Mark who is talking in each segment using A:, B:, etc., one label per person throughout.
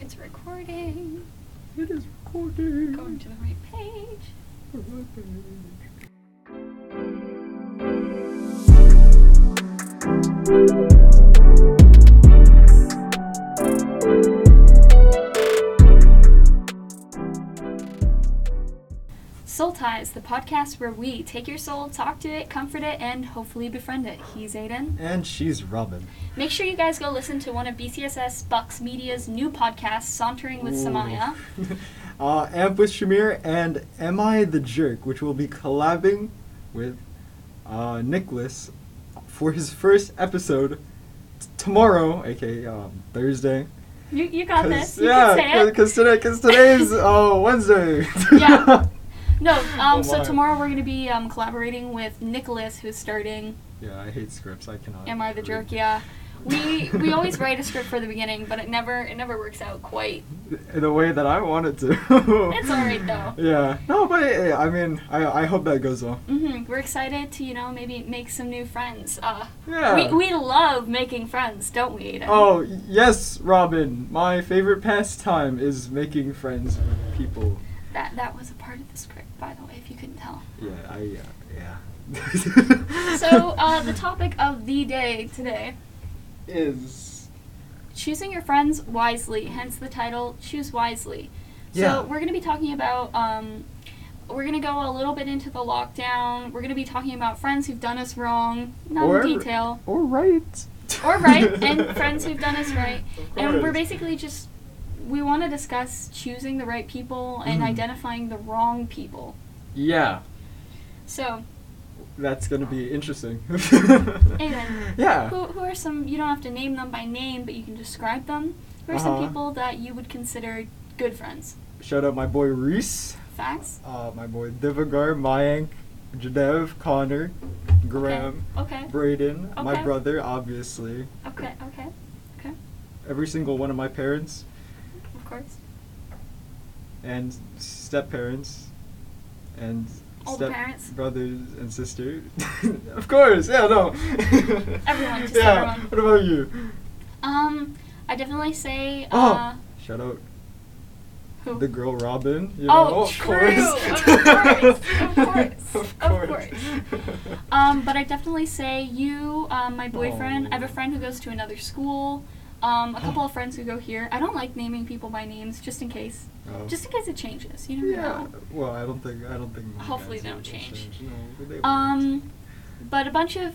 A: It's recording.
B: It is recording.
A: Going to the right page. Soul Ties, the podcast where we take your soul, talk to it, comfort it, and hopefully befriend it. He's Aiden.
B: And she's Robin.
A: Make sure you guys go listen to one of BCSS Bucks Media's new podcasts, Sauntering with
B: Ooh.
A: Samaya.
B: uh, Amp with Shamir and Am I the Jerk, which will be collabing with uh, Nicholas for his first episode t- tomorrow, aka um, Thursday.
A: You, you got this. You
B: yeah,
A: can say it.
B: because today, cause today's uh, Wednesday.
A: Yeah. No, um,
B: Oh
A: so
B: my.
A: tomorrow we're going to be um, collaborating with Nicholas, who's starting
B: yeah, I hate scripts. I cannot.
A: Am I the
B: read.
A: Jerk? Yeah. We, we always write a script for the beginning, but it never it never works out quite.
B: in the way that I wanted to.
A: It's alright, though.
B: Yeah. No, but eh, I mean, I, I hope that goes well.
A: hmm We're excited to, you know, maybe make some new friends. Uh,
B: Yeah.
A: we, we love making friends, don't we, Aiden?
B: Oh yes, Robin. My favorite pastime is making friends with people.
A: That, that was a part of the script, by the way, if you couldn't tell.
B: Yeah, I uh, yeah.
A: So, uh, the topic of the day today
B: is
A: choosing your friends wisely, hence the title Choose Wisely.
B: Yeah.
A: So, we're going to be talking about, um, we're going to go a little bit into the lockdown. We're going to be talking about friends who've done us wrong, not
B: Or-
A: in detail,
B: or right.
A: or right, and friends who've done us right.
B: Of
A: And we're
B: course.
A: basically just, we want to discuss choosing the right people and
B: Mhm.
A: identifying the wrong people.
B: Yeah,
A: So,
B: that's gonna be interesting.
A: Aiden.
B: Yeah.
A: who, who are some, you don't have to name them by name, but you can describe them. Who are some
B: Uh-huh.
A: people that you would consider good friends?
B: Shout out my boy Reese.
A: Facts?
B: Uh, my boy Divagar, Mayank, Jadev, Connor, Graham,
A: Okay.
B: Braden, my
A: Okay.
B: brother, obviously.
A: Okay, okay, okay.
B: Every single one of my parents
A: Of course.
B: and step parents and
A: All the
B: step
A: parents?
B: brothers and sister. of course, yeah, no.
A: Everyone, just
B: yeah.
A: everyone.
B: What about you?
A: Um, I definitely say,
B: Oh.
A: uh,
B: Shout out
A: who?
B: the girl Robin. You
A: Oh,
B: know, of
A: true,
B: course.
A: of course, of course,
B: Of
A: of
B: course.
A: course. Um, but I definitely say you, um, my boyfriend. I have a
B: Oh.
A: friend who goes to another school. Um, a couple of friends who go here. I don't like naming people by names, just in case.
B: Oh.
A: Just in case it changes, you never
B: yeah.
A: know.
B: Well, I don't think I don't think. my
A: Hopefully
B: guys
A: they don't
B: will
A: change.
B: No, but they won't.
A: Um, but a bunch of,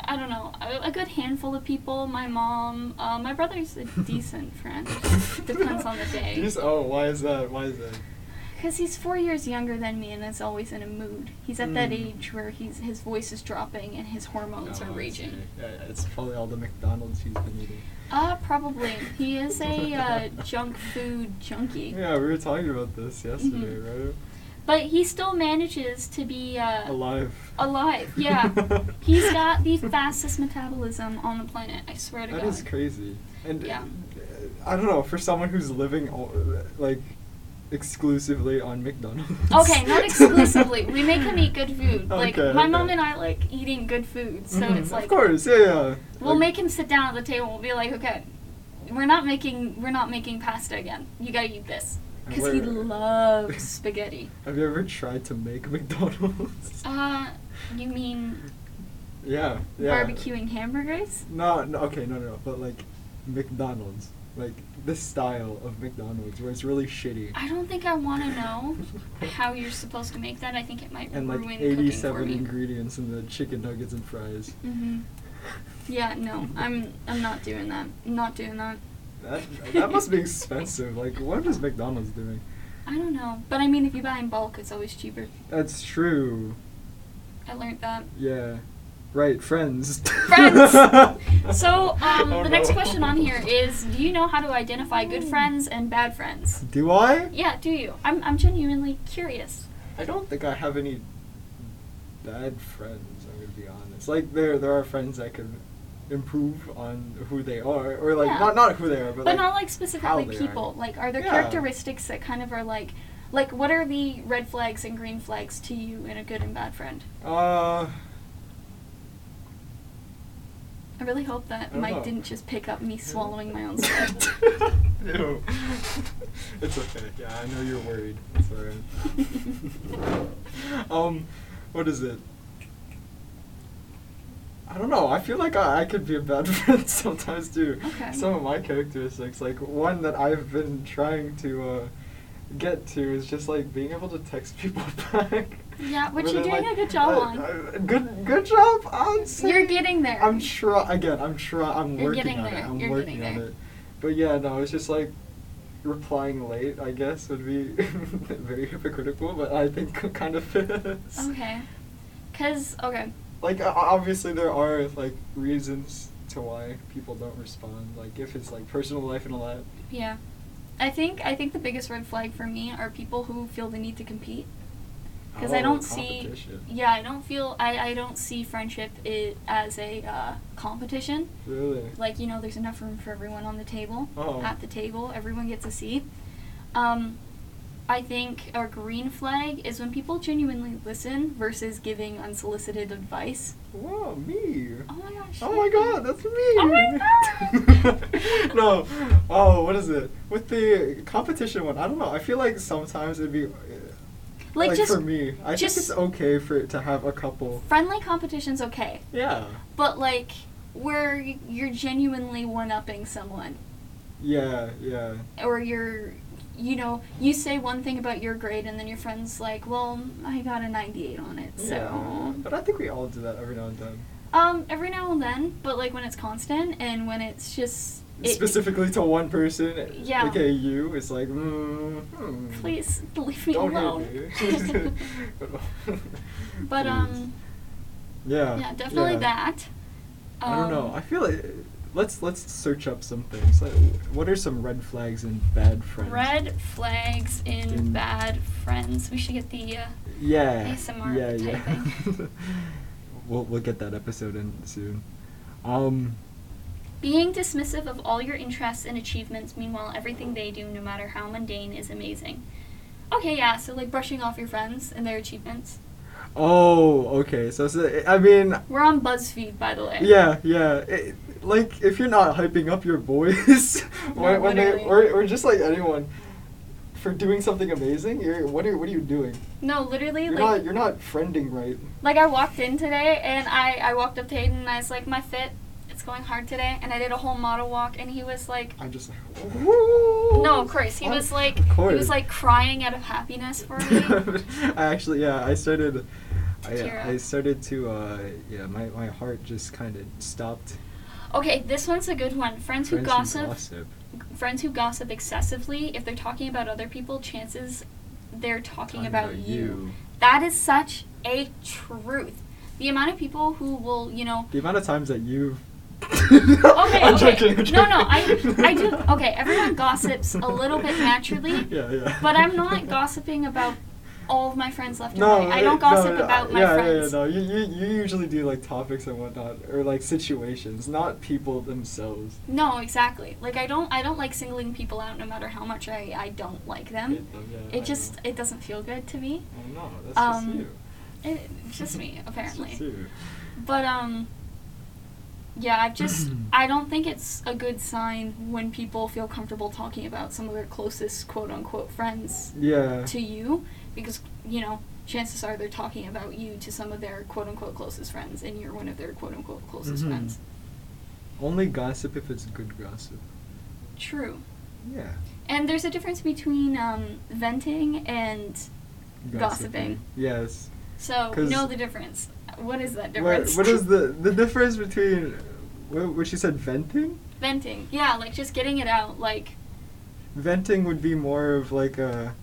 A: I don't know, a, a good handful of people. My mom, uh, my brother's a decent friend. Depends on the day.
B: He's- oh, why is that? Why is that?
A: Because he's four years younger than me and is always in a mood. He's at that
B: Mm.
A: age where he's, his voice is dropping and his hormones
B: Oh,
A: are
B: I
A: raging.
B: see. Yeah, yeah, it's probably all the McDonald's he's been eating.
A: Uh, probably. He is a uh, junk food junkie. Mm-hmm.
B: Yeah, we were talking about this yesterday, right?
A: But he still manages to be uh,
B: Alive.
A: alive, yeah. he's got the fastest metabolism on the planet, I swear to
B: That
A: God.
B: is crazy. And uh,
A: Yeah.
B: I don't know, for someone who's living all, like exclusively on McDonald's.
A: Okay, not exclusively. we make him eat good food. Like,
B: Okay,
A: my
B: okay.
A: mom and I like eating good food, so
B: Mhm,
A: it's like.
B: Of course, yeah, yeah.
A: We'll make him sit down at the table. We'll be like, okay, we're not making we're not making pasta again. You gotta eat this because he
B: Wait, wait, wait.
A: loves spaghetti.
B: Have you ever tried to make McDonald's?
A: Uh, you mean
B: yeah, yeah.
A: barbecuing hamburgers?
B: No, no, okay, no, no, no, but like McDonald's, like this style of McDonald's where it's really shitty.
A: I don't think I want to know how you're supposed to make that. I think it might
B: and
A: ruin
B: like
A: cooking
B: 87
A: for me.
B: ingredients in the chicken nuggets and fries.
A: hmm Yeah, no, I'm I'm not doing that. I'm not doing that.
B: That, that must be expensive. Like, what is McDonald's doing?
A: I don't know, but I mean, if you buy in bulk, it's always cheaper.
B: That's true.
A: I learned that.
B: Uh, Yeah. Right, friends.
A: Friends! So, um,
B: Oh,
A: the next
B: no.
A: question on here is Do you know how to identify good friends and bad friends?
B: Do I?
A: Yeah, do you? I'm, I'm genuinely curious.
B: I don't think I have any bad friends, I'm gonna be honest. Like, there, there are friends that could improve on who they are, or like,
A: Yeah.
B: not, not who they are, but,
A: But,
B: like,
A: not like
B: how
A: specifically
B: they
A: people.
B: Are.
A: Like, are there
B: Yeah.
A: characteristics that kind of are like, like, what are the red flags and green flags to you in a good and bad friend?
B: Uh,
A: I really hope
B: I
A: that
B: don't
A: Mike
B: know.
A: didn't just pick up me swallowing my own saliva.
B: Ew. it's okay. Yeah, I know you're worried. It's alright. um, what is it? I don't know. I feel like I, I could be a bad friend sometimes too.
A: Okay.
B: Some of my characteristics, like one that I've been trying to uh, get to, is just like being able to text people back.
A: Yeah, which
B: But
A: you're
B: then,
A: doing
B: like,
A: a good job
B: uh,
A: on.
B: uh, good, good job. I'd say.
A: You're getting there.
B: I'm try again. I'm try. I'm
A: You're
B: working
A: getting
B: on it.
A: there.
B: I'm
A: You're
B: working
A: getting
B: on
A: there.
B: it. But yeah, no, it's just like replying late. I guess would be very hypocritical, but I think it kind of fits.
A: Okay. Cause okay.
B: Like o- obviously there are like reasons to why people don't respond. Like if it's like personal life and all that.
A: Yeah. I think I think the biggest red flag for me are people who feel the need to compete. Because I
B: Oh,
A: don't see.
B: competition.
A: Yeah, I don't feel. I, I don't see friendship i as a uh, competition.
B: Really.
A: Like you know, there's enough room for everyone on the table.
B: Oh.
A: At the table, everyone gets a seat. Um, I think a green flag is when people genuinely listen versus giving unsolicited advice.
B: Whoa, me.
A: Oh my gosh.
B: Oh my god, that's me!
A: Oh my god!
B: no, oh, what is it? With the competition one, I don't know. I feel like sometimes it'd be. uh,
A: Like, just
B: for me, I
A: just-
B: think it's okay for it to have a couple.
A: friendly competition's okay,
B: Yeah.
A: but like where you're genuinely one-upping someone.
B: Yeah, yeah.
A: or you're you know you say one thing about your grade and then your friend's like well i got a 98 on it
B: Yeah.
A: so
B: But I think we all do that every now and then.
A: um every now and then but like when it's constant and when it's just it,
B: Specifically to one person,
A: Yeah.
B: aka you, it's like, mm, hmm,
A: please leave me
B: don't
A: alone
B: hit me.
A: but
B: Please.
A: um
B: yeah,
A: yeah definitely
B: yeah.
A: that um,
B: I don't know. I feel like let's let's search up some things. Like, what are some red flags in bad friends?
A: red flags in
B: In-
A: bad friends we should get the uh,
B: Yeah.
A: ASMR
B: yeah, yeah.
A: typing.
B: we'll we'll get that episode in soon. Um.
A: Being dismissive of all your interests and achievements, meanwhile, everything they do, no matter how mundane, is amazing. Okay, yeah, so like brushing off your friends and their achievements.
B: Oh, okay. So, so I mean,
A: We're on BuzzFeed, by the way.
B: yeah, yeah. It, like if you're not hyping up your boys, when,
A: No,
B: when they or
A: literally.
B: or just like anyone for doing something amazing, you're what are what are you doing?
A: No, literally,
B: You're
A: like,
B: not you're not friending right.
A: like I walked in today and I, I walked up to Hayden and I was like, my fit, it's going hard today. And I did a whole model walk and he was like,
B: I'm just like, "Woo!"
A: no, of course. He
B: Oh,
A: was like,
B: of
A: he
B: course.
A: was like crying out of happiness for me.
B: I actually, yeah, I started.
A: tear
B: I, I
A: up.
B: started to, uh, yeah, my, my heart just kind of stopped.
A: okay, this one's a good one. Friends who gossip. friends who gossip excessively, if they're talking about other people, chances they're talking, about, you. That is such a truth. The amount of people who will, you know,
B: The amount of times that you've.
A: okay,
B: I'm
A: okay.
B: joking, I'm
A: No, no, I,
B: joking.
A: I do. Okay, everyone gossips a little bit naturally,
B: yeah, yeah.
A: but I'm not gossiping about all of my friends left
B: No,
A: and right. I
B: it-
A: don't gossip
B: no, no,
A: about my
B: yeah,
A: friends.
B: Yeah, yeah, no. You, you, you usually do like topics and whatnot, or like situations, not people themselves. Oh,
A: No, exactly. Like I don't, I don't like singling people out, no matter how much I, I don't like them.
B: Hate them, yeah, I
A: It
B: know.
A: just, it doesn't feel good to me.
B: Oh, no, that's just
A: um,
B: you.
A: It, it's just me,
B: That's
A: apparently.
B: just you.
A: But um yeah, I just I don't think it's a good sign when people feel comfortable talking about some of their closest quote unquote friends
B: Yeah.
A: to you because you know, chances are they're talking about you to some of their quote unquote closest friends and you're one of their quote unquote closest
B: Mhm.
A: friends.
B: Only gossip if it's good gossip.
A: True.
B: Yeah.
A: And there's a difference between um, venting and Gossiping.
B: Yes.
A: so
B: 'Cause-
A: know the difference. What is that
B: What,
A: difference?
B: what is the the difference between what, what she said venting?
A: venting? Yeah, like just getting it out, like
B: Venting would be more of like a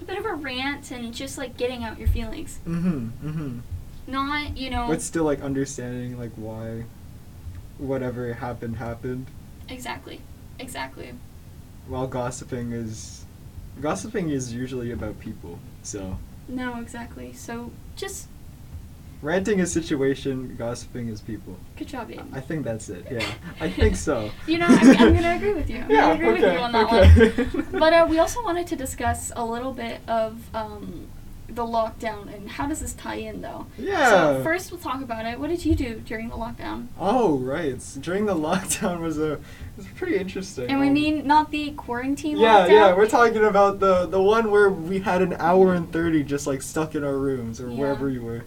A: a bit of a rant and just like getting out your feelings.
B: mm-hmm mm-hmm.
A: Not, you know,
B: But still like understanding like why whatever happened happened.
A: Exactly. Exactly.
B: While gossiping is gossiping is usually about people. So
A: No, exactly. So just
B: ranting is situation, gossiping is people.
A: good job, Ian.
B: I think that's it. Yeah, I think so.
A: You know, I'm- I'm gonna agree with you. I'm gonna
B: yeah,
A: agree with
B: okay,
A: you on that uh,
B: okay.
A: But uh, we also wanted to discuss a little bit of um, the lockdown and how does this tie in though?
B: Yeah.
A: So first we'll talk about it. What did you do during the lockdown?
B: Oh right, s- during the lockdown was a was pretty interesting.
A: And we
B: Um,
A: mean not the quarantine
B: Yeah,
A: lockdown.
B: yeah, we're talking about the the one where we had an hour and thirty just like stuck in our rooms or
A: Yeah.
B: wherever you were.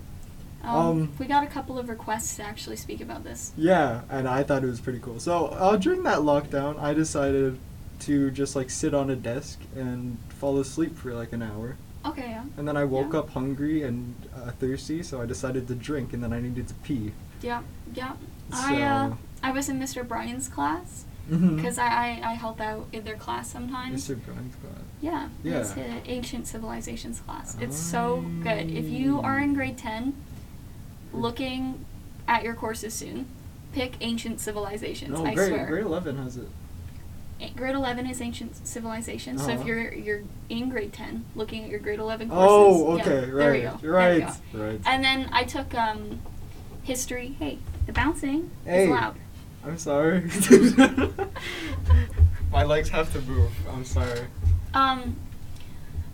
A: Um,
B: um,
A: we got a couple of requests to actually speak about this.
B: Yeah, and I thought it was pretty cool. So uh, during that lockdown, I decided to just like sit on a desk and fall asleep for like an hour.
A: Okay, yeah.
B: And then I woke
A: Yeah.
B: up hungry and uh, thirsty, so I decided to drink, and then I needed to pee.
A: Yeah, yeah. I uh,
B: So-
A: I was in Mr. Bryan's class
B: Mhm.
A: because I, I I help out in their class sometimes.
B: Mr. Brown's class.
A: Yeah, it's
B: Yeah.
A: an ancient civilizations class. It's so good. If you
B: Ah.
A: are in grade 10, looking at your courses soon, pick ancient civilizations,
B: No,
A: I
B: grade,
A: swear.
B: grade 11 has it.
A: A- grade 11 is ancient civilizations, so
B: Uh-huh.
A: if you're you're in grade 10, looking at your grade 11 courses.
B: Oh,
A: yeah,
B: okay, right.
A: There we go.
B: You're
A: there we
B: right.
A: go.
B: Right.
A: And then I took um, history. Hey, the bouncing
B: Hey.
A: is loud.
B: I'm sorry. My legs have to move. I'm sorry.
A: Um,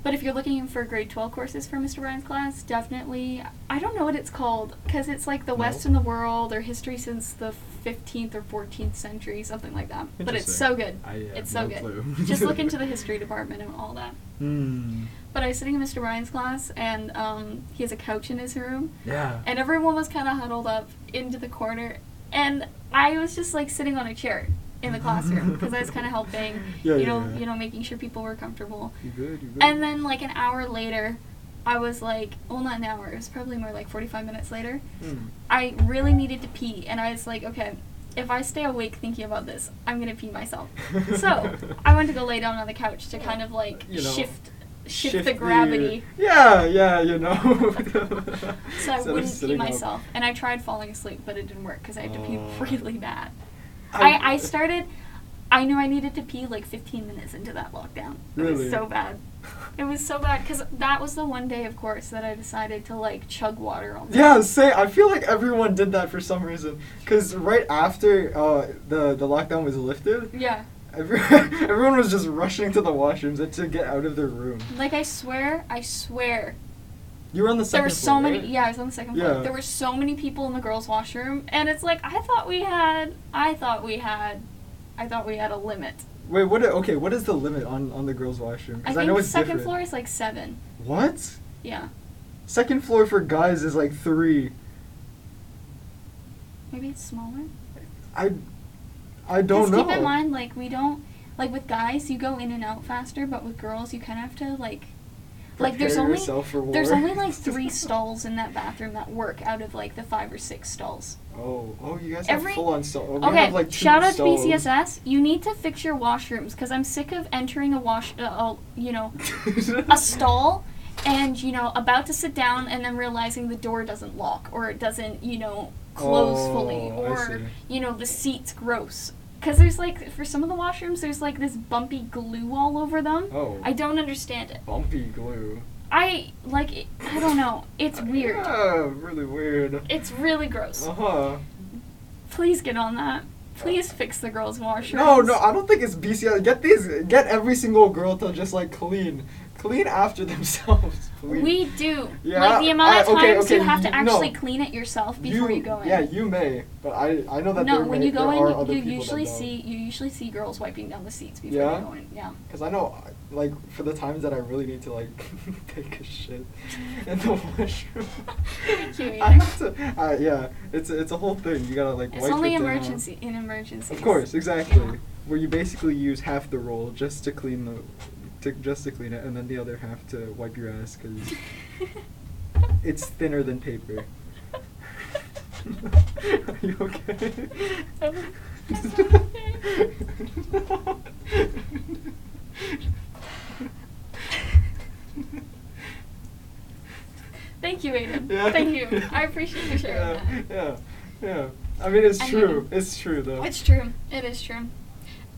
A: but if you're looking for grade 12 courses for Mr. Ryan's class, definitely. I don't know what it's called because it's like the
B: No.
A: West and the World or history since the 15th or 14th century, something like that. But it's
B: Interesting.
A: so good.
B: I have
A: it's so
B: no
A: good.
B: clue.
A: Just look into the history department and all that.
B: Hmm.
A: But I was sitting in Mr. Ryan's class, and um, he has a couch in his room,
B: Yeah.
A: and everyone was kind of huddled up into the corner, and I was just like sitting on a chair in the classroom because I was kind of helping,
B: Yeah,
A: you
B: yeah,
A: know,
B: yeah.
A: you know, making sure people were comfortable.
B: You good? You good?
A: And then like an hour later, I was like, well, not an hour. It was probably more like 45 minutes later.
B: Hmm.
A: I really needed to pee, and I was like, okay, if I stay awake thinking about this, I'm gonna pee myself. so I went to go lay down on the couch to kind of like
B: You know,
A: shift, shift, the gravity,
B: yeah, yeah, you know.
A: so I
B: Instead of
A: wouldn't pee
B: sitting up.
A: myself. And I tried falling asleep, but it didn't work because I had to pee
B: Oh.
A: really bad. I, I started. I knew I needed to pee like 15 minutes into that lockdown. It
B: Really?
A: was so bad. It was so bad because that was the one day, of course, that I decided to like chug water all day.
B: Yeah, say I feel like everyone did that for some reason. Cause right after uh, the the lockdown was lifted,
A: Yeah.
B: every, everyone was just rushing to the washrooms and to get out of their room.
A: Like I swear, I swear,
B: You were on the
A: there
B: second.
A: were so
B: floor,
A: many.
B: right?
A: Yeah, I was on the second
B: Yeah.
A: floor. There were so many people in the girls' washroom, and it's like I thought we had. I thought we had. I thought we had a limit.
B: Wait, what? Okay, what is the limit on on the girls'
A: I
B: washroom? Because I,
A: think
B: know
A: the
B: it's
A: second
B: different.
A: floor is like seven.
B: What?
A: Yeah,
B: Second floor for guys is like three.
A: maybe it's smaller.
B: I, I don't
A: 'Cause
B: know.
A: Keep in mind, like we don't like with guys, you go in and out faster, but with girls, you kind of have to like, like there's
B: Prepare
A: only
B: yourself for war.
A: there's only like three stalls in that bathroom that work out of like the five or six stalls.
B: Oh, oh, you guys
A: Every-
B: have full on stall. we
A: Okay,
B: have like two
A: shout out to
B: stalls.
A: BCSS. You need to fix your washrooms because I'm sick of entering a wash, uh, uh, you know, a stall and you know about to sit down and then realizing the door doesn't lock or it doesn't you know close fully
B: Oh, I
A: or
B: see.
A: you know the seat's gross because there's like for some of the washrooms there's like this bumpy glue all over them
B: Oh.
A: i don't understand it
B: Bumpy glue.
A: i like it, i don't know it's weird
B: Uh, Yeah, really weird.
A: it's really gross
B: Uh huh.
A: please get on that please fix the girls washrooms
B: No, no, I don't think it's BCS. Get these. Get every single girl to just like clean, clean after themselves, please.
A: we do
B: Yeah,
A: like the amount of
B: I-
A: times
B: okay, okay,
A: you have to
B: you- no.
A: actually clean it yourself before you, go in
B: Yeah, you may, but I I know that
A: no,
B: there
A: when
B: may,
A: you go
B: there are
A: in,
B: other
A: you,
B: people
A: you usually
B: that don't.
A: see you usually see girls wiping down the seats before
B: Yeah?
A: you go in. Yeah.
B: Cause I know, like, for the times that I really need to like take a shit in the washroom,
A: Thank you,
B: I have to. Uh, yeah, it's a, it's a whole thing. You gotta like.
A: It's
B: wipe
A: only
B: it down.
A: emergency in emergencies.
B: Of course, exactly.
A: Yeah.
B: Where you basically use half the roll just to clean the, to, just to clean it, and then the other half to wipe your ass because it's thinner than paper. Are you okay?
A: I'm- I'm not okay. Thank you, Aiden.
B: Yeah.
A: Thank you. I appreciate you sharing
B: yeah,
A: that.
B: Yeah, yeah. I mean, it's
A: I mean-
B: true. it's true, though.
A: It's true. It is true.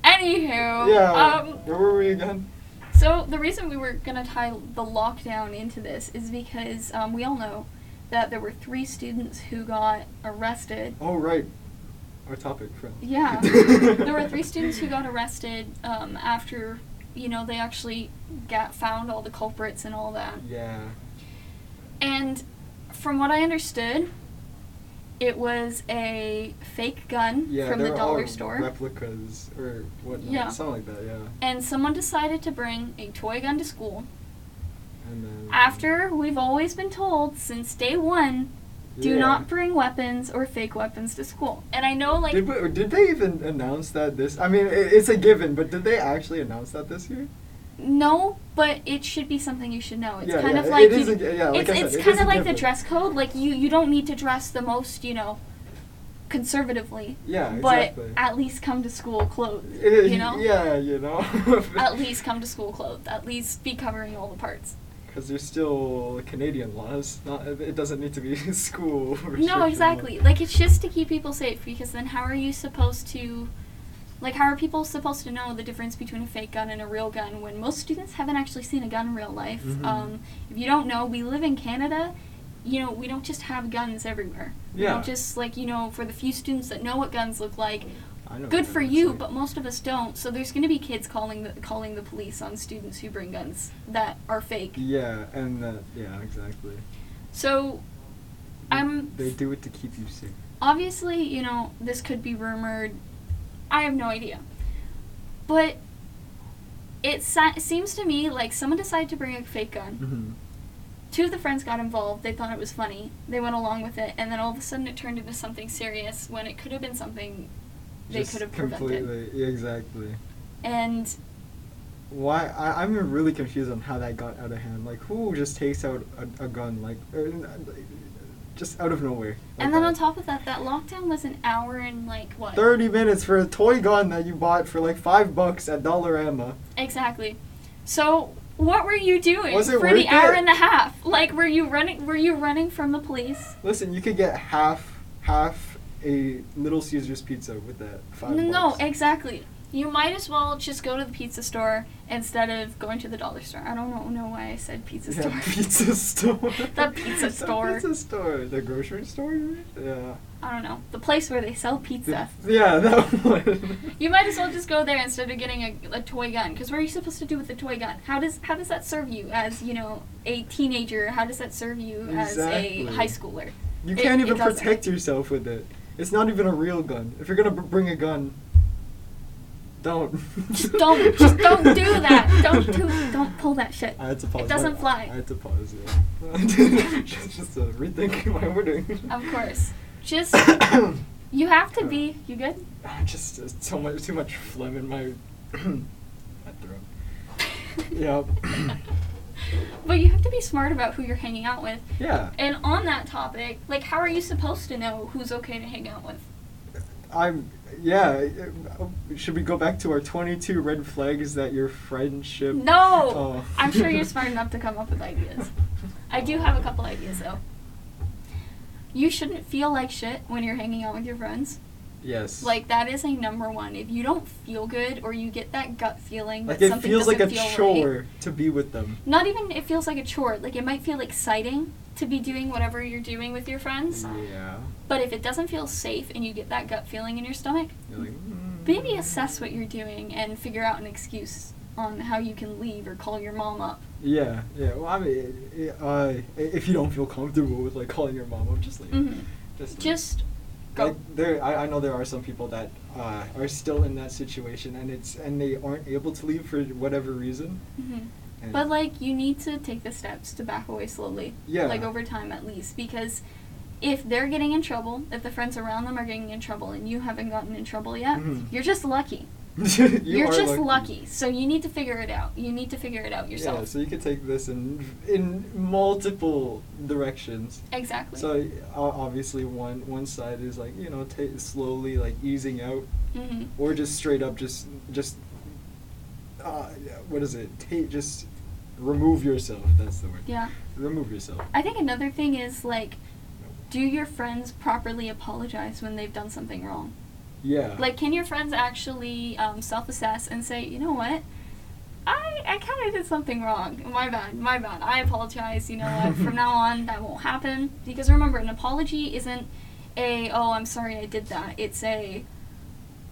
A: Anywho,
B: Yeah.
A: um,
B: Where were we again?
A: So the reason we were gonna tie the lockdown into this is because um, we all know that there were three students who got arrested.
B: Oh, right. Our topic from.
A: Yeah, there were three students who got arrested um, after you know they actually got found all the culprits and all that.
B: Yeah.
A: And from what I understood, it was a fake gun
B: Yeah,
A: from
B: they're
A: the dollar
B: all
A: store.
B: replicas or whatnot,
A: Yeah.
B: something like that. Yeah.
A: and someone decided to bring a toy gun to school.
B: And then
A: After we've always been told since day one, do
B: Yeah.
A: not bring weapons or fake weapons to school. And I know, like,
B: did, we, or did they even announce that this? I mean, it, it's a given, but did they actually announce that this year?
A: no, but it should be something you should know. It's
B: Yeah,
A: kind
B: yeah,
A: of
B: it
A: like
B: is
A: you-
B: a g- yeah, like
A: it's,
B: I said,
A: it's
B: it
A: kind
B: is a
A: of like
B: given.
A: the dress code. Like you, you don't need to dress the most, you know, conservatively,
B: Yeah, exactly.
A: but at least come to school clothed.
B: Yeah,
A: you know,
B: Yeah, you know.
A: at least come to school clothed. At least be covering all the parts.
B: Because there's still Canadian laws. Not, it doesn't need to be school.
A: No,
B: restriction
A: exactly.
B: law.
A: Like it's just to keep people safe because then how are you supposed to like how are people supposed to know the difference between a fake gun and a real gun when most students haven't actually seen a gun in real life?
B: Mhm.
A: Um, if you don't know, we live in Canada. You know, we don't just have guns everywhere. We
B: Yeah.
A: don't just like, you know, for the few students that know what guns look like,
B: I know
A: good
B: that,
A: for you,
B: actually.
A: but most of us don't. So there's going to be kids calling the calling the police on students who bring guns that are fake.
B: Yeah, and that. Yeah, exactly.
A: So I'm
B: They do it to keep you safe.
A: obviously, you know, this could be rumored. I have no idea. But it si- seems to me like someone decided to bring a fake gun.
B: Mm-hmm.
A: Two of the friends got involved. They thought it was funny. They went along with it, and then all of a sudden it turned into something serious when it could have been something they
B: Just
A: could have
B: completely.
A: prevented.
B: yeah, exactly.
A: And
B: Why I, I'm really confused on how that got out of hand. Like, who just takes out a, a gun like, or, n- like, just out of nowhere?
A: and then on top of that, that lockdown was an hour and like what?
B: Thirty minutes for a toy gun that you bought for like five bucks at Dollarama.
A: Exactly. So what were you doing
B: Was it
A: for the
B: worth
A: hour
B: it?
A: and a half? Like were you running? Were you running from the police?
B: Listen, you could get half half a Little Caesars pizza with that five
A: No, no,
B: bucks.
A: exactly. You might as well just go to the pizza store instead of going to the dollar store. I don't know- know why I said pizza
B: Yeah,
A: store.
B: pizza store.
A: The pizza store.
B: The pizza store. The grocery store. you mean? Yeah.
A: I don't know. The place where they sell pizza.
B: Yeah, that one.
A: You might as well just go there instead of getting a, a toy gun. Because what are you supposed to do with a toy gun? How does how does that serve you as you know a teenager? How does that serve you
B: Exactly.
A: as a high schooler?
B: You
A: It-
B: can't
A: it
B: even
A: doesn't.
B: protect yourself with it. It's not even a real gun. If you're gonna b- bring a gun, don't.
A: Just don't- just don't do that. Don't do- don't pull that shit.
B: I had to pause.
A: It doesn't
B: my-
A: fly.
B: I had to pause. Yeah. just just uh, rethinking my wording.
A: Of course. Just you have to be. You good?
B: just uh, so much too much phlegm in my my throat. Yep.
A: but you have to be smart about who you're hanging out with.
B: Yeah.
A: And on that topic, like, how are you supposed to know who's okay to hang out with?
B: I'm yeah. uh, Should we go back to our twenty-two red flags that your friendship?
A: No!
B: Oh.
A: I'm sure you're smart enough to come up with ideas. I do have a couple ideas, though. You shouldn't feel like shit when you're hanging out with your friends.
B: Yes.
A: Like, that is a number one. If you don't feel good or you get that gut feeling that
B: Like it
A: something
B: feels like
A: doesn't
B: a
A: feel right-
B: chore to be with them.
A: not even it feels like a chore. Like, it might feel exciting to be doing whatever you're doing with your friends,
B: Yeah.
A: but if it doesn't feel safe and you get that gut feeling in your stomach,
B: You're like, mm.
A: Maybe assess what you're doing and figure out an excuse on how you can leave or call your mom up.
B: Yeah, yeah. Well, I mean, it, it, uh, if you don't feel comfortable with like calling your mom, I'm just like,
A: Mhm.
B: just, leave.
A: Just go.
B: Like, there, I, I know there are some people that uh, are still in that situation, and it's and they aren't able to leave for whatever reason.
A: Mhm.
B: And
A: But like you need to take the steps to back away slowly.
B: Yeah.
A: Like over time at least because if they're getting in trouble, if the friends around them are getting in trouble and you haven't gotten in trouble yet,
B: Mhm.
A: you're just lucky.
B: you
A: are
B: are
A: just lucky. So you need to figure it out. You need to figure it out yourself.
B: Yeah, so you could take this in in multiple directions.
A: exactly.
B: So o- obviously, one one side is like you know ta slowly like easing out,
A: Mhm.
B: or just straight up just just uh, what is it? Ta just remove yourself. That's the word.
A: Yeah.
B: Remove yourself.
A: I think another thing is like do your friends properly apologize when they've done something wrong?
B: Yeah.
A: Like, can your friends actually um, self assess and say, you know what? I, I kind of did something wrong. My bad, my bad. I apologize. You know what? From now on, that won't happen. Because remember, an apology isn't a, oh, I'm sorry I did that. It's a,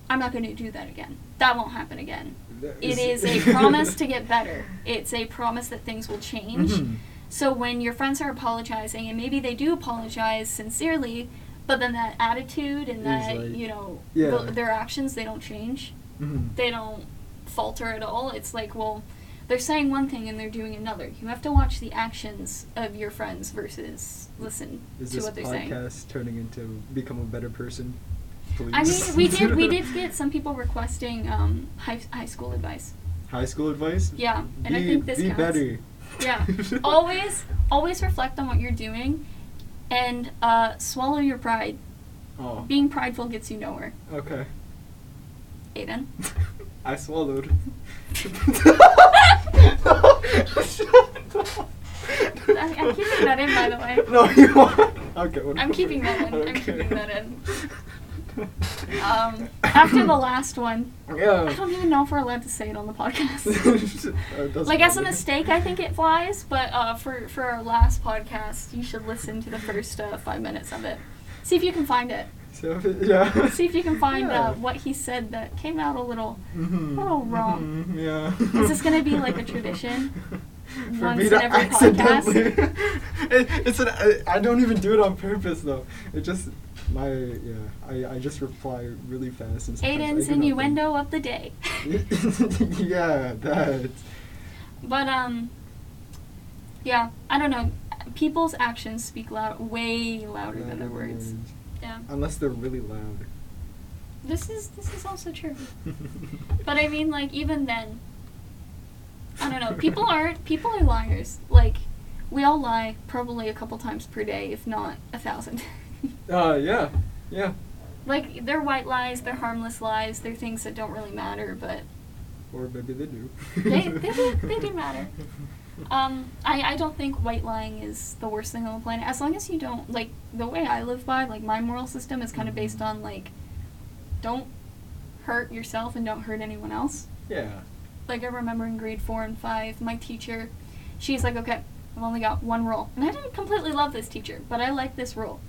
A: I'm not going to do that again. That won't happen again.
B: That
A: It is a promise to get better, it's a promise that things will change.
B: Mhm.
A: So when your friends are apologizing, and maybe they do apologize sincerely, but then that attitude and
B: Is
A: that
B: like-
A: you know
B: Yeah.
A: tho- their actions they don't change,
B: Mhm.
A: they don't falter at all. It's like well, they're saying one thing and they're doing another. You have to watch the actions of your friends versus listen
B: Is
A: to
B: this
A: what they're saying.
B: podcast turning into become a better person? Please.
A: I mean, we did we did get some people requesting um, high high school advice.
B: high school advice.
A: Yeah, and I
B: Be-
A: think this
B: be
A: counts.
B: better.
A: Yeah, always always reflect on what you're doing, and uh, swallow your pride.
B: Oh.
A: Being prideful gets you nowhere.
B: Okay.
A: Aiden.
B: I swallowed.
A: I'm- I'm keeping that in, by the way.
B: No, you are. Okay. Whatever.
A: keeping that in, I'm
B: Okay.
A: keeping that in. Um, after the last one,
B: Yeah.
A: I don't even know if we're allowed to say it on the podcast. like
B: like
A: as a mistake, I think it flies. But uh, for for our last podcast, you should listen to the first uh, five minutes of it. See if you can find it.
B: So, if it- yeah.
A: See if you can find
B: yeah.
A: uh, what he said that came out a little.
B: Mhm,
A: little Oh, wrong.
B: mhm, yeah.
A: Is this gonna be like a tradition?
B: For
A: Once
B: me
A: in
B: to
A: every
B: accidentally,
A: podcast?
B: it, it's an. I, I don't even do it on purpose though. It just my yeah. I, I just reply really fast. And sometimes I
A: Aiden's
B: do nothing.
A: innuendo of the day.
B: yeah, that.
A: But um, yeah, I don't know. People's actions speak loud, way louder than their words. Yeah,
B: Unless they're really loud.
A: this is this is also true. But I mean, like even then, I don't know. People aren't people are liars. Like we all lie probably a couple times per day, if not a thousand.
B: Uh, yeah, yeah.
A: like they're white lies, they're harmless lies, they're things that don't really matter, but.
B: Or maybe they do.
A: They- they do- they do matter. Um, I, I don't think white lying is the worst thing on the planet. As long as you don't like the way I live by, like my moral system is kind of based on like, don't hurt yourself and don't hurt anyone else.
B: Yeah.
A: Like I remember in grade four and five, my teacher, she's like, okay, I've only got one rule, and I didn't completely love this teacher, but I like this rule.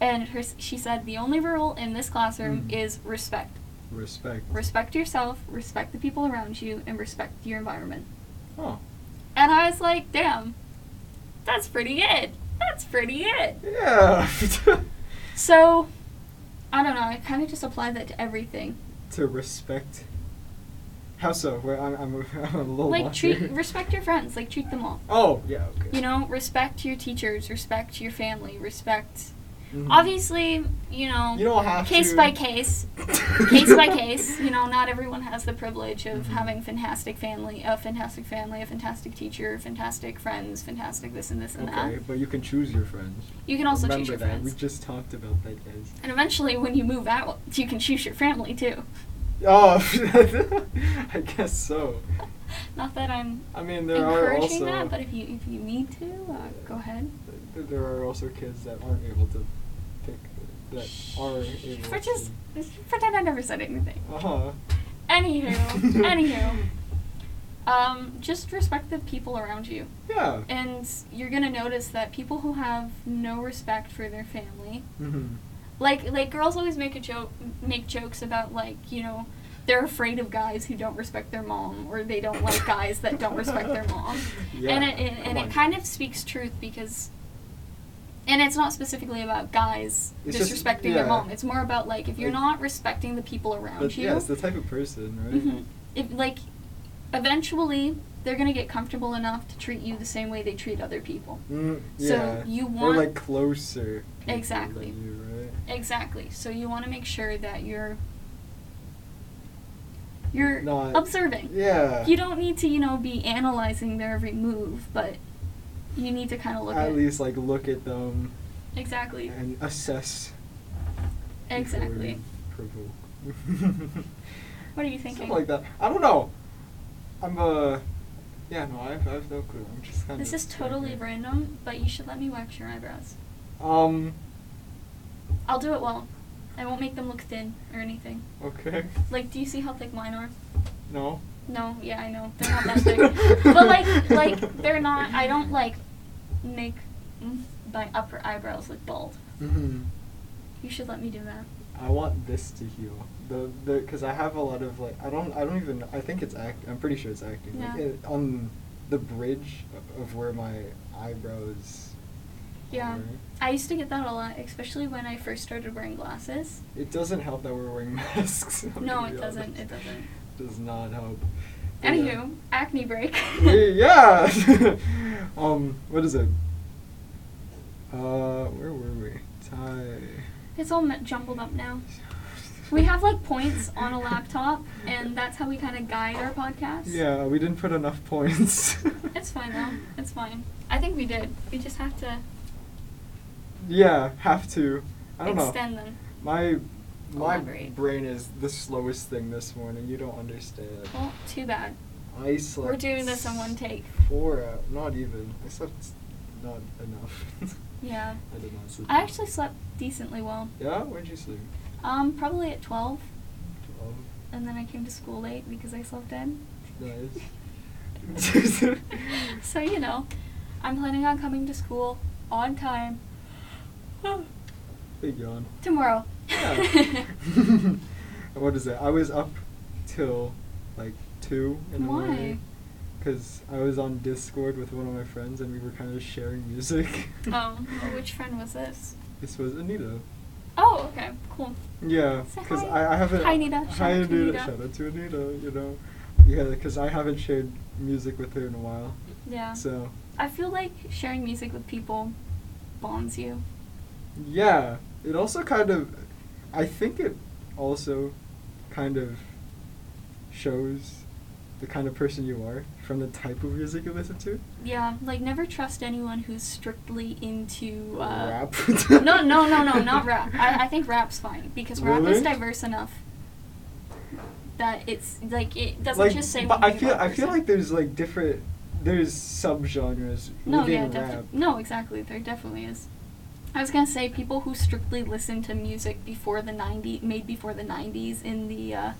A: And her, s- she said the only rule in this classroom
B: Mhm.
A: is respect.
B: Respect.
A: Respect yourself, respect the people around you, and respect your environment.
B: Oh,
A: And I was like, damn, that's pretty good. That's pretty good.
B: yeah.
A: So, I don't know, I kind of just applied that to everything.
B: to respect. How so? Where I'm, I'm, I'm a little
A: like,
B: lost
A: treat,
B: here.
A: respect your friends, like, treat them all.
B: Oh, yeah. Okay.
A: You know, respect your teachers, respect your family, respect.
B: Mhm.
A: Obviously, you know,
B: You don't have
A: case
B: to-
A: by case, case by case, you know, not everyone has the privilege of
B: Mm-hmm.
A: having fantastic family, a fantastic family, a fantastic teacher, fantastic friends, fantastic this and this and
B: Okay,
A: that.
B: but you can choose your friends.
A: You can also
B: Remember
A: choose your
B: that.
A: friends.
B: We just talked about that, guys.
A: And eventually, when you move out, you can choose your family too.
B: Oh, I guess so.
A: Not that I'm
B: I mean, there are
A: encouraging
B: also
A: that, but if you if you need to, uh, go ahead.
B: th- there are also kids that aren't able to pick that are able.
A: For just
B: to.
A: just pretend I never said anything.
B: Uh huh.
A: Anywho, anywho, um, just respect the people around you,
B: Yeah.
A: and you're gonna notice that people who have no respect for their family,
B: Mm-hmm.
A: like like girls always make a joke make jokes about like you know they're afraid of guys who don't respect their mom or they don't like guys that don't respect their mom
B: Yeah,
A: and it, and,
B: come
A: and
B: on.
A: it kind of speaks truth because and it's not specifically about guys
B: It's just-
A: disrespecting
B: yeah.
A: their mom it's more about like if you're
B: Like-
A: not respecting the people around
B: But
A: you
B: yeah, it's the type of person, right?
A: mhm, if, like eventually they're going to get comfortable enough to treat you the same way they treat other people
B: Mm,
A: Mm-hmm. So
B: yeah.
A: you
B: or
A: want-
B: like closer. people than
A: Exactly.
B: You, right?
A: Exactly. So you want to make sure that you're you're
B: Not-
A: observing.
B: Yeah.
A: You don't need to, you know, be analyzing their every move, but you need to kind of look
B: at
A: at
B: least like look at them
A: exactly,
B: and assess. before
A: exactly.
B: you provoke.
A: What are you thinking?
B: Something like that. I don't know. I'm uh, yeah, no, I have, I have no clue. I'm just kind of.
A: This is totally random, but you should let me wax your eyebrows.
B: Um.
A: I'll do it well. I won't make them look thin or anything.
B: Okay.
A: Like, do you see how thick mine are?
B: No.
A: No, yeah, I know they're not that thick, but like, like they're not. I don't like make mm, my upper eyebrows look bald.
B: Mm-mm.
A: You should let me do that.
B: Mm-hmm. I want this to heal. The the because I have a lot of like I don't I don't even I think it's act. I'm pretty sure it's acting. Like
A: Yeah.
B: it, on the bridge of where my eyebrows.
A: Yeah.
B: Are.
A: I used to get that a lot, especially when I first started wearing glasses.
B: It doesn't help that we're wearing masks. I'm
A: No,
B: gonna
A: it
B: be
A: doesn't.
B: honest.
A: It doesn't.
B: Does not help. But yeah.
A: Anywho, acne break.
B: We- yeah. um, what is it? Uh, where were we? Thai.
A: It's all m- jumbled up now. We have like points on a laptop, and that's how we kind of guide our podcast.
B: Yeah, we didn't put enough points.
A: It's fine though. It's fine. I think we did. We just have to
B: Yeah, have to. I don't
A: extend
B: know.
A: them.
B: My my
A: Elaborate.
B: brain is the slowest thing this morning. You don't understand.
A: Well, too bad.
B: I slept.
A: We're doing this in one take.
B: Four out. Not even. I slept not enough.
A: Yeah.
B: I did not sleep.
A: I
B: enough.
A: actually slept decently well.
B: Yeah. Where'd you sleep?
A: Um, probably at 12,
B: Twelve.
A: and then I came to school late because I slept in.
B: Nice.
A: so, you know, I'm planning on coming to school on time
B: Big yawn.
A: tomorrow.
B: Yeah. what is it? I was up till like two in the
A: Why?
B: morning. Because I was on Discord with one of my friends and we were kind of sharing music.
A: Oh, which friend was this?
B: This was Anita.
A: Oh, okay, cool.
B: Yeah,
A: Say
B: because
A: hi.
B: I, I haven't.
A: Hi, Anita. Shout
B: Hi,
A: out to
B: Anita.
A: Anita.
B: Shout out to Anita. You know, yeah, because I haven't shared music with her in a while.
A: Yeah.
B: So,
A: I feel like sharing music with people bonds you.
B: yeah, it also kind of, I think it also, kind of, shows, the kind of person you are from the type of music you listen to.
A: Yeah, like never trust anyone who's strictly into uh,
B: rap.
A: no, no, no, no, not rap. I, I think rap's fine because rap is
B: Really?
A: diverse enough that it's like it doesn't
B: like,
A: just say.
B: But
A: one
B: I
A: thing
B: feel
A: about a
B: I feel
A: person.
B: like there's like different there's subgenres
A: no, yeah,
B: within
A: defi-
B: rap.
A: no, exactly. There definitely is. I was gonna say people who strictly listen to music before the '90s, made before the '90s, in the uh,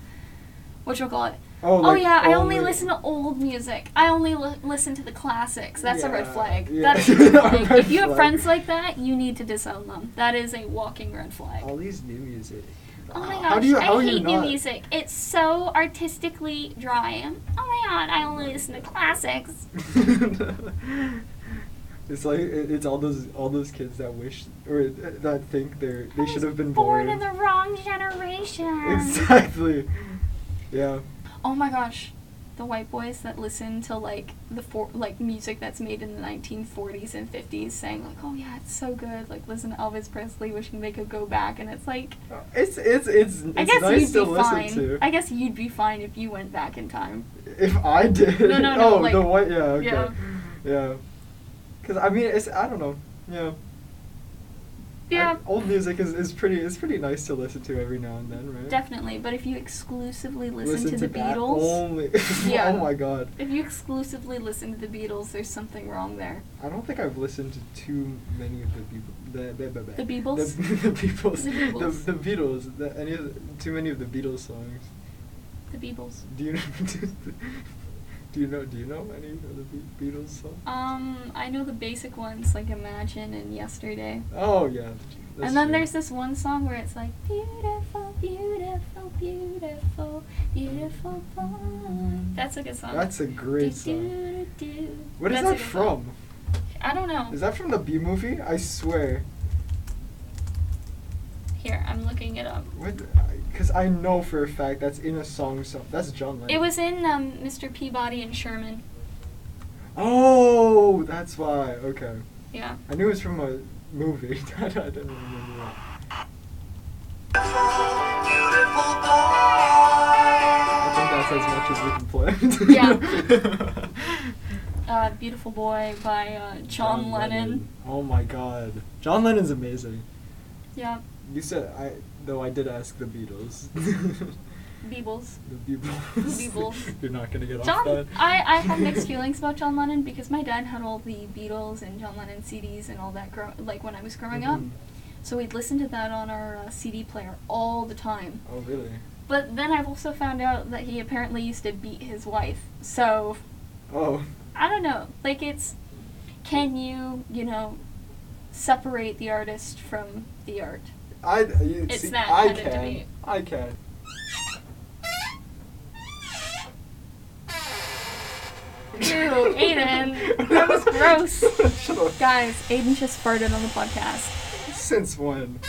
A: what you call it.
B: Oh,
A: oh
B: like
A: yeah, I only
B: only-
A: listen to old music. I only li- listen to the classics. That's a red
B: Yeah,
A: flag.
B: yeah.
A: That's a red
B: A
A: flag.
B: red
A: if you have
B: flag.
A: friends like that, you need to disown them. That is a walking red flag.
B: All these new music.
A: Oh my gosh,
B: Uh, how do you, how
A: I
B: are you
A: hate
B: not-
A: new music. It's so artistically dry. Oh my god, I only listen to classics.
B: it's like it, it's all those all those kids that wish or that think they're
A: I
B: they should
A: was
B: have been
A: born
B: born.
A: in the wrong generation.
B: exactly. Yeah.
A: Oh my gosh, the white boys that listen to like the for- like music that's made in the 1940s and 50s, saying like, oh yeah, it's so good. Like listen to Elvis Presley, wishing they could go back, and it's like,
B: It's it's it's,
A: I
B: it's
A: guess
B: nice to
A: you'd be
B: listen
A: fine.
B: to.
A: I guess you'd be fine if you went back in time.
B: If I did.
A: No, no, no,
B: oh,
A: like-
B: the white. Yeah, okay.
A: yeah.
B: Yeah. Cause I mean, it's I don't know. Yeah.
A: Yeah.
B: I- old music is, is pretty is pretty nice to listen to every now and then, right?
A: Definitely, but if you exclusively listen, to, the
B: that
A: Beatles,
B: Only.
A: Yeah.
B: oh my god.
A: if you exclusively listen to the Beatles, there's something wrong there.
B: I don't think I've listened to too many of the people. The the the
A: The Beebles?
B: The, the Beatles.
A: The Beebles.
B: The, the Beatles. The, any of the, too many of the Beatles songs.
A: The Beatles.
B: Do you know? Do you know? Do you know any of the Be- Beatles songs?
A: Um, I know the basic ones like Imagine and Yesterday.
B: Oh yeah. that's
A: and then
B: true.
A: there's this one song where it's like beautiful, beautiful, beautiful, beautiful boy. That's a good song.
B: That's a great song.
A: Do-do-do-do.
B: What is
A: That's a
B: that
A: good
B: from?
A: song. I don't know.
B: Is that from the B movie? I swear.
A: Here, I'm looking it up.
B: What? Because I know for a fact that's in a song. So that's John Lennon.
A: It was in um, Mr. Peabody and Sherman.
B: Oh, that's why. Okay.
A: Yeah.
B: I knew it was from a movie. I didn't remember. That. I think that's as much as we can play.
A: Uh, Beautiful Boy by uh, John, Lennon.
B: Oh my god. John Lennon's amazing.
A: Yeah.
B: You said I though I did ask the Beatles.
A: Beebles.
B: the Beatles.
A: Beebles.
B: You're not gonna get off that.
A: John, I, I have mixed feelings about John Lennon because my dad had all the Beatles and John Lennon CDs and all that, grow- like when I was growing up.
B: Mhm.
A: So we'd listen to that on our uh, CD player all the time.
B: Oh really?
A: But then I've also found out that he apparently used to beat his wife. So
B: Oh.
A: I don't know. Like it's, can you you know, separate the artist from the art?
B: I you,
A: It's
B: see,
A: that
B: I
A: kind of
B: can.
A: debate.
B: I can.
C: Ew, Aiden. That was gross.
B: Shut up.
A: Guys, Aiden just farted on the podcast.
B: Since when?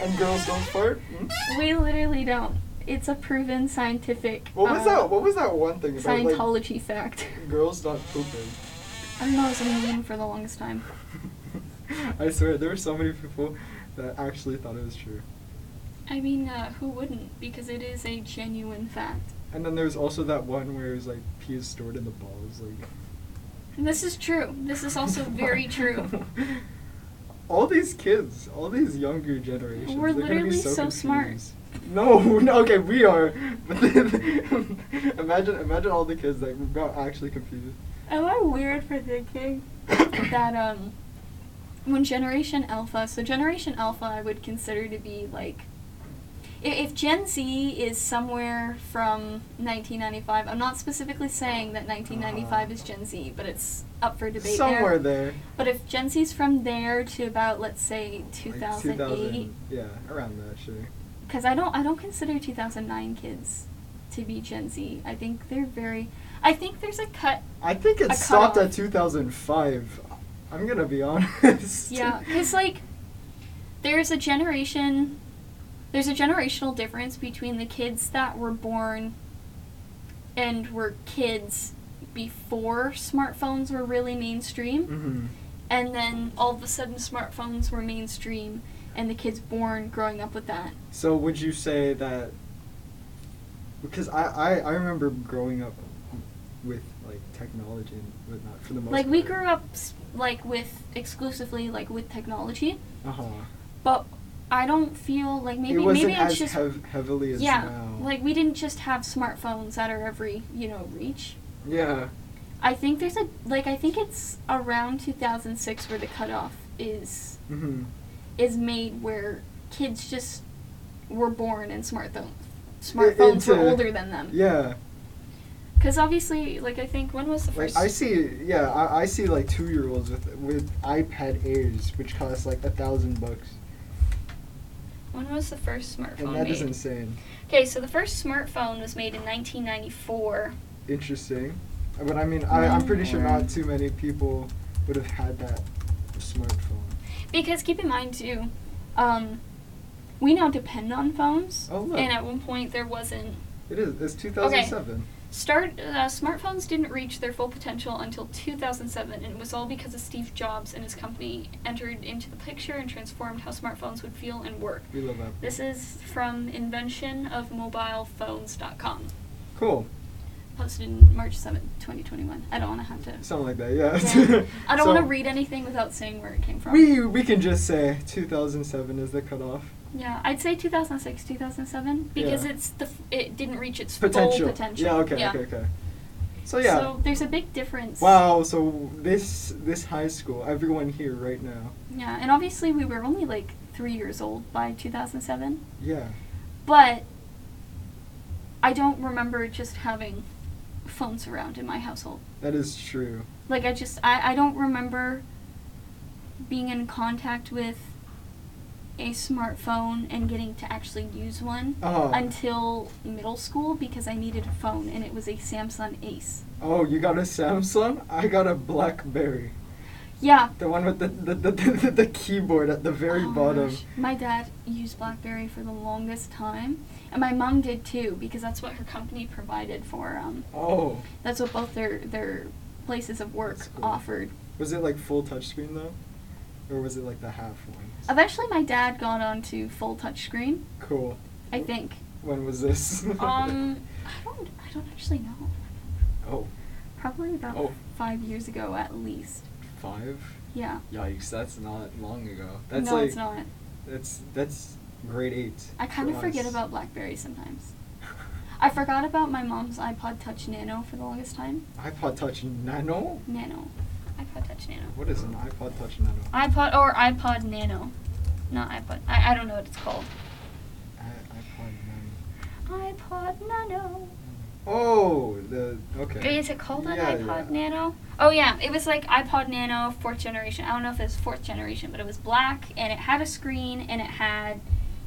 B: And girls don't fart? Hmm?
A: We literally don't. It's a proven scientific.
B: What was
A: uh,
B: that? What was that one thing about like,
A: Scientology fact.
B: girls not pooping?
A: I don't know. It was a meme for the longest time.
B: I swear, there were so many people that actually thought it was true.
C: I mean, uh, who wouldn't? Because it is a genuine fact.
B: And then there was also that one where it was like pee is stored in the balls, like.
C: And this is true. This is also very true.
B: All these kids, all these younger generations,
C: We're
B: they're gonna be
C: literally so smart.
B: confused. No, no, okay, we are. But then, imagine, imagine all the kids that got actually confused.
C: Oh,
A: Am I weird for thinking that um, when Generation Alpha, so Generation Alpha, I would consider to be like, if, if Gen Z is somewhere from 1995, I'm not specifically saying that 1995
B: Uh-huh.
A: is Gen Z, but it's up for debate
B: Somewhere there.
A: But if Gen Z's from there to about let's say
B: Like
A: 2008,
B: 2000, yeah, around that, sure.
A: because I don't I don't consider 2009 kids to be Gen Z. I think they're very. I think there's a cut.
B: I think it
A: A
B: stopped
A: cutoff.
B: at 2005. I'm gonna be honest.
A: Yeah, because like there's a generation. There's a generational difference between the kids that were born and were kids before smartphones were really mainstream.
B: hmm
A: and then all of a sudden smartphones were mainstream and the kids born growing up with that
B: So would you say that? Because I, I, I remember growing up with like technology and whatnot for the most.
A: like we grew up s- like with exclusively like with technology
B: Uh huh.
A: but i don't feel like maybe
B: it wasn't
A: maybe
B: as
A: it's just
B: heav- heavily as
A: yeah
B: now.
A: like we didn't just have smartphones at our every you know reach
B: yeah.
A: i think there's a like i think it's around 2006 where the cutoff is
B: Mm-hmm.
A: is made where kids just were born and smartphones smartphones were
B: into-
A: older than them
B: Yeah.
A: Because obviously, like I think when was the
B: Like
A: first?
B: I see. Yeah, I, I see like two year olds with with iPad Airs, which cost like a thousand bucks,
C: When was the first
B: and
C: smartphone
B: that is
C: made?
B: insane.
C: Okay, so the first smartphone was made in 1994.
B: Interesting. But I mean, I, I'm pretty sure not too many people would have had that smartphone.
A: because keep in mind too, um, we now depend on phones.
B: Oh look,
C: And at one point, there wasn't.
B: it is. It's 2007.
C: Start uh, smartphones didn't reach their full potential until 2007, and it was all because of Steve Jobs and his company entered into the picture and transformed how smartphones would feel and work.
B: We love Apple.
C: This is from inventionofmobilephones.com,
B: Cool.
A: Posted in March seventh, twenty 2021. I don't want to have to.
B: Something like that. Yeah.
A: Yeah. I don't
B: So,
A: want to read anything without saying where it came from.
B: We we can just say 2007 is the cutoff.
A: yeah, I'd say 2006, 2007 because
B: Yeah.
A: it's the f- it didn't reach its
B: Potential.
A: full potential.
B: Yeah. Okay. Okay. Okay. So yeah.
A: So there's a big difference.
B: wow. So this this high school, everyone here right now.
A: Yeah, and obviously we were only like three years old by 2007.
B: Yeah.
A: But I don't remember just having phones around in my household.
B: That is true.
A: Like I just I, I don't remember being in contact with a smartphone and getting to actually use one
B: Oh.
A: until middle school because I needed a phone and it was a Samsung Ace.
B: oh, you got a Samsung? I got a BlackBerry.
A: Yeah.
B: The one with the the, the, the, the keyboard at the very
A: Oh my
B: bottom.
A: gosh. My dad used BlackBerry for the longest time, and my mom did too because that's what her company provided for um,
B: Oh.
A: That's what both their their places of
B: That's
A: work
B: cool.
A: offered.
B: Was it like full touchscreen though? Or was it like the half one?
A: Eventually, my dad got onto full touchscreen.
B: Cool.
A: I think.
B: When was this?
C: Um,
A: I don't. I don't actually know.
B: oh,
A: Probably about
B: Oh.
A: five years ago at least.
B: five?
A: Yeah.
B: Yikes, that's not long ago. That's
A: no,
B: like
A: it's not.
B: that's that's grade eight.
A: I kind of
B: for
A: forget
B: us.
A: about BlackBerry sometimes. I forgot about my mom's iPod Touch Nano for the longest time.
B: iPod Touch Nano?
A: Nano.
C: iPod Touch Nano.
B: What is an iPod Touch Nano?
C: iPod or iPod Nano. Not iPod. I, I don't know what it's called.
B: I- iPod Nano.
C: iPod Nano.
B: Oh, the okay.
C: Is it called an
B: Yeah,
C: iPod
B: yeah.
C: Nano? Oh yeah, it was like iPod Nano fourth generation. I don't know if it was fourth generation, but it was black and it had a screen and it had,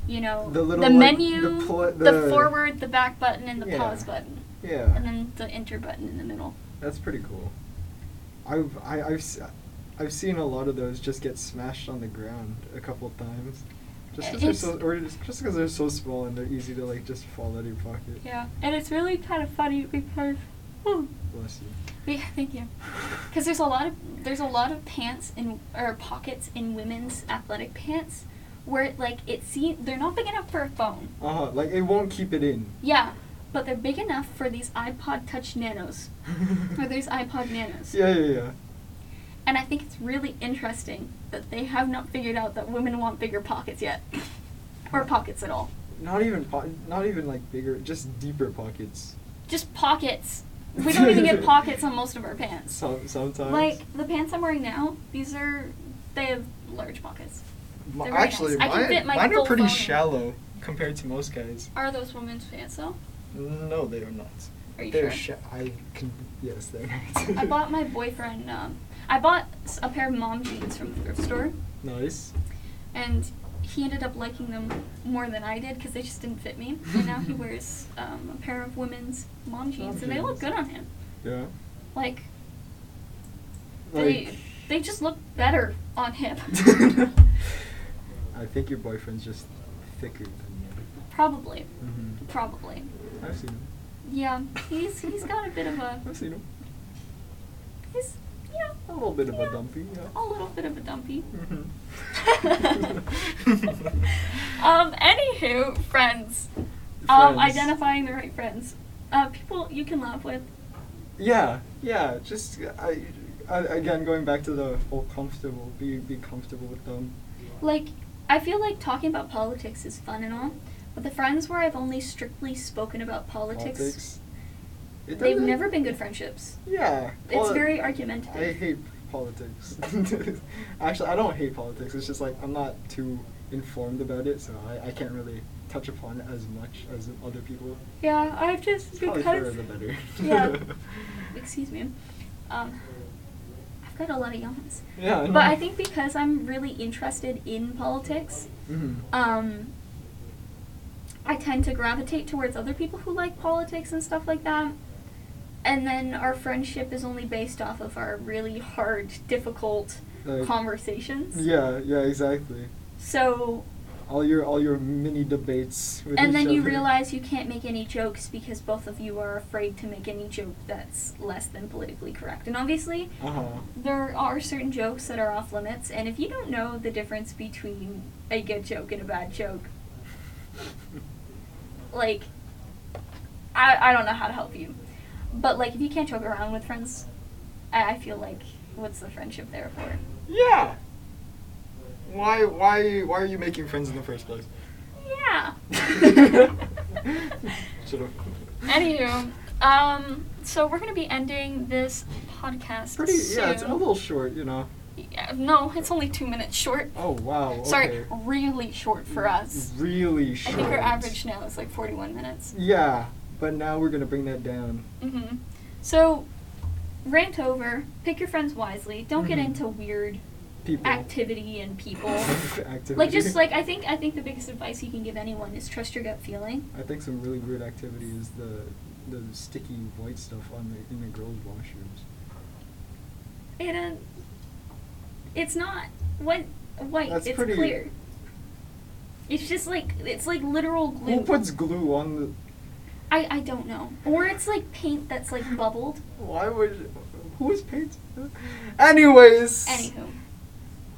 C: you know,
B: The little, like,
C: menu,
B: the pl-
C: the,
B: the-
C: forward, the back button, and the
B: Yeah.
C: pause button,
B: Yeah.
C: and then the enter button in the middle.
B: That's pretty cool. I've I, I've s- I've seen a lot of those just get smashed on the ground a couple times, just because they're
A: It's-
B: so or just just 'cause they're so small and they're easy to like just fall out of your pocket.
C: Yeah, and it's really kind of funny because, hmm,
B: Bless you.
A: Yeah, thank you. Because there's a lot of there's a lot of pants in or pockets in women's athletic pants where like it see they're not big enough for a phone.
B: Uh huh. Like it won't keep it in.
A: Yeah, but they're big enough for these iPod Touch Nanos or these iPod Nanos.
B: Yeah, yeah, yeah.
A: And I think it's really interesting that they have not figured out that women want bigger pockets yet, or pockets at all.
B: Not even po- not even like bigger, just deeper pockets.
A: Just pockets. We don't even get pockets on most of our pants.
B: Some sometimes.
A: Like the pants I'm wearing now, these are they have large pockets.
B: M-
A: they're very
B: actually,
A: nice. I can
B: mine,
A: fit my
B: mine
A: full
B: are pretty
A: phone in.
B: shallow compared to most guys.
A: Are those women's pants though?
B: No, they are not.
A: Are you
B: they're
A: sure?
B: sha- I can yes, they're not.
A: I bought my boyfriend. Um, I bought s- a pair of mom jeans from the thrift store,
B: Nice.
A: and he ended up liking them more than I did because they just didn't fit me. And now he wears um, a pair of women's mom jeans, and they look
B: jeans.
A: good on him.
B: Yeah.
A: Like
B: Like.
A: they they just look better on him.
B: I think your boyfriend's just thicker than
A: probably,
B: you. Mm-hmm.
A: probably.
B: I've seen him.
A: Yeah, he's he's got a bit of a
B: I've seen him.
A: he's yeah
B: A little bit of
A: yeah,
B: a dumpy. Yeah.
A: a little bit of a dumpy.
B: Mm-hmm. Mhm.
A: um. Anywho, friends. Um.
B: Friends.
A: Identifying the right friends. Uh. People you can laugh with.
B: Yeah, yeah. Just I, I, again going back to the whole comfortable. Be be comfortable with them.
A: Like, I feel like talking about politics is fun and all, but the friends where I've only strictly spoken about politics,
B: It
A: they've
B: doesn't-
A: never been good friendships.
B: Yeah.
A: It's
B: poli-
A: very argumentative.
B: I hate politics. Actually, I don't hate politics. It's just like I'm not too informed about it, so I, I can't really touch upon it as much as other people.
A: Yeah, I've just
B: It's probably fairer
A: because
B: the better.
A: yeah. excuse me, um, I've got a lot of yawns.
B: yeah.
A: But I think because I'm really interested in politics,
B: hmm
A: um, I tend to gravitate towards other people who like politics and stuff like that. And then our friendship is only based off of our really hard, difficult
B: Like-
A: conversations.
B: Yeah. Yeah. Exactly.
A: So,
B: All your all your mini debates. With
A: and
B: each
A: then you
B: other.
A: realize you can't make any jokes because both of you are afraid to make any joke that's less than politically correct. And obviously,
B: Uh huh.
A: there are certain jokes that are off limits, and if you don't know the difference between a good joke and a bad joke, like, I, I don't know how to help you. But, like, if you can't joke around with friends, I, I feel like, what's the friendship there for?
B: Yeah. Why why why are you making friends in the first place?
A: Yeah!
B: Should have.
A: Anywho, um, so we're gonna be ending this podcast
B: Pretty
A: soon.
B: yeah, it's a little short, you know.
A: Yeah, no, it's only two minutes short.
B: Oh wow.
A: Sorry,
B: okay.
A: really short for us.
B: Really
A: I
B: short.
A: think our average now is like 41 minutes.
B: Yeah, but now we're gonna bring that down.
A: hmm So, rant over. Pick your friends wisely. Don't get
B: Mhm.
A: into weird
B: People.
A: activity and people.
B: Activity.
A: like just like I think I think the biggest advice you can give anyone is trust your gut feeling.
B: I think some really weird activity is the the sticky white stuff on the in the girls' washrooms.
A: And uh, it's not white. White.
B: That's
A: it's
B: pretty-
A: clear. It's just like it's like literal glue.
B: Who puts glue on the?
A: I I don't know. Or it's like paint that's like bubbled.
B: Why would? Who is paint? Anyways.
A: Anywho,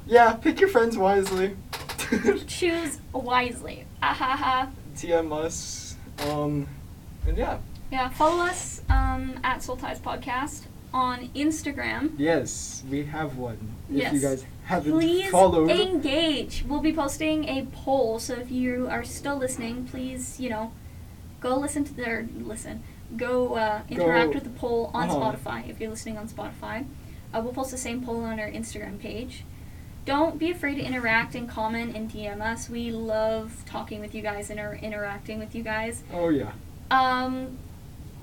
B: Yeah, pick your friends wisely.
A: choose wisely. Ah ha ha.
B: DM us. Um, and yeah.
A: Yeah, follow us um, at Soul Ties Podcast on Instagram.
B: Yes, we have one. If you
A: Yes.
B: guys haven't
A: Please
B: followed.
A: engage. We'll be posting a poll, so if you are still listening, please, you know, go listen to their listen. Go uh, interact
B: Go-
A: with the poll on
B: Uh-huh.
A: Spotify if you're listening on Spotify. Uh, we'll post the same poll on our Instagram page. Don't be afraid to interact and comment and DM us. We love talking with you guys and are interacting with you guys.
B: oh yeah.
A: Um,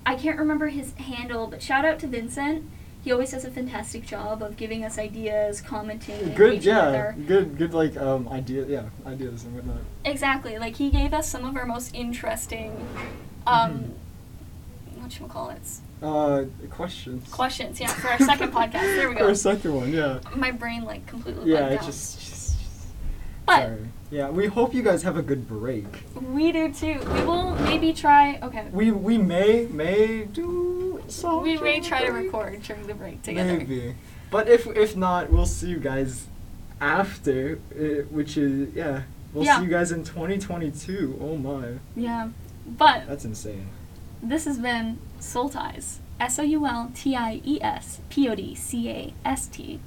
A: I can't remember his handle, but shout out to Vincent. He always does a fantastic job of giving us ideas, commenting, and
B: Good.
A: engaging with
B: Yeah.
A: our-
B: Good. Good. Like um, idea. Yeah, ideas and whatnot.
A: Exactly. Like he gave us some of our most interesting, um,
B: Mm-hmm.
A: whatchamacallits?
B: Uh, questions.
A: Questions, yeah, for our second podcast. There we go.
B: Our second one, yeah.
A: My brain like completely
B: Yeah,
A: blanked
B: it
A: out.
B: just, just, just-
A: But-
B: Sorry. Yeah, we hope you guys have a good break.
A: We do too. We will maybe try. Okay.
B: We we may may do some.
A: We may
B: during
A: try to
B: the break.
A: record during the break together.
B: Maybe, but if if not, we'll see you guys after, uh, which is yeah. We'll
A: Yeah.
B: see you guys in 2022. Oh my,
A: Yeah. But
B: that's insane.
A: this has been Soul Ties. S O U L T I E S P O D C A S T.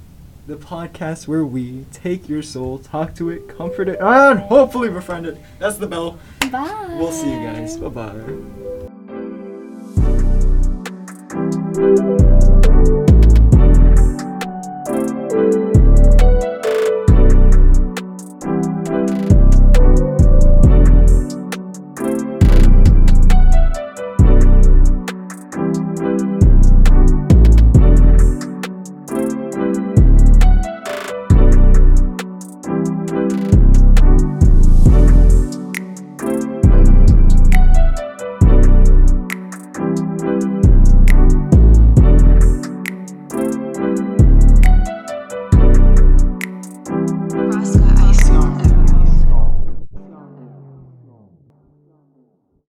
B: The podcast where we take your soul, talk to it, comfort it, and hopefully befriend it. That's the bell.
A: Bye.
B: We'll see you guys. Bye bye.
D: Roscoe.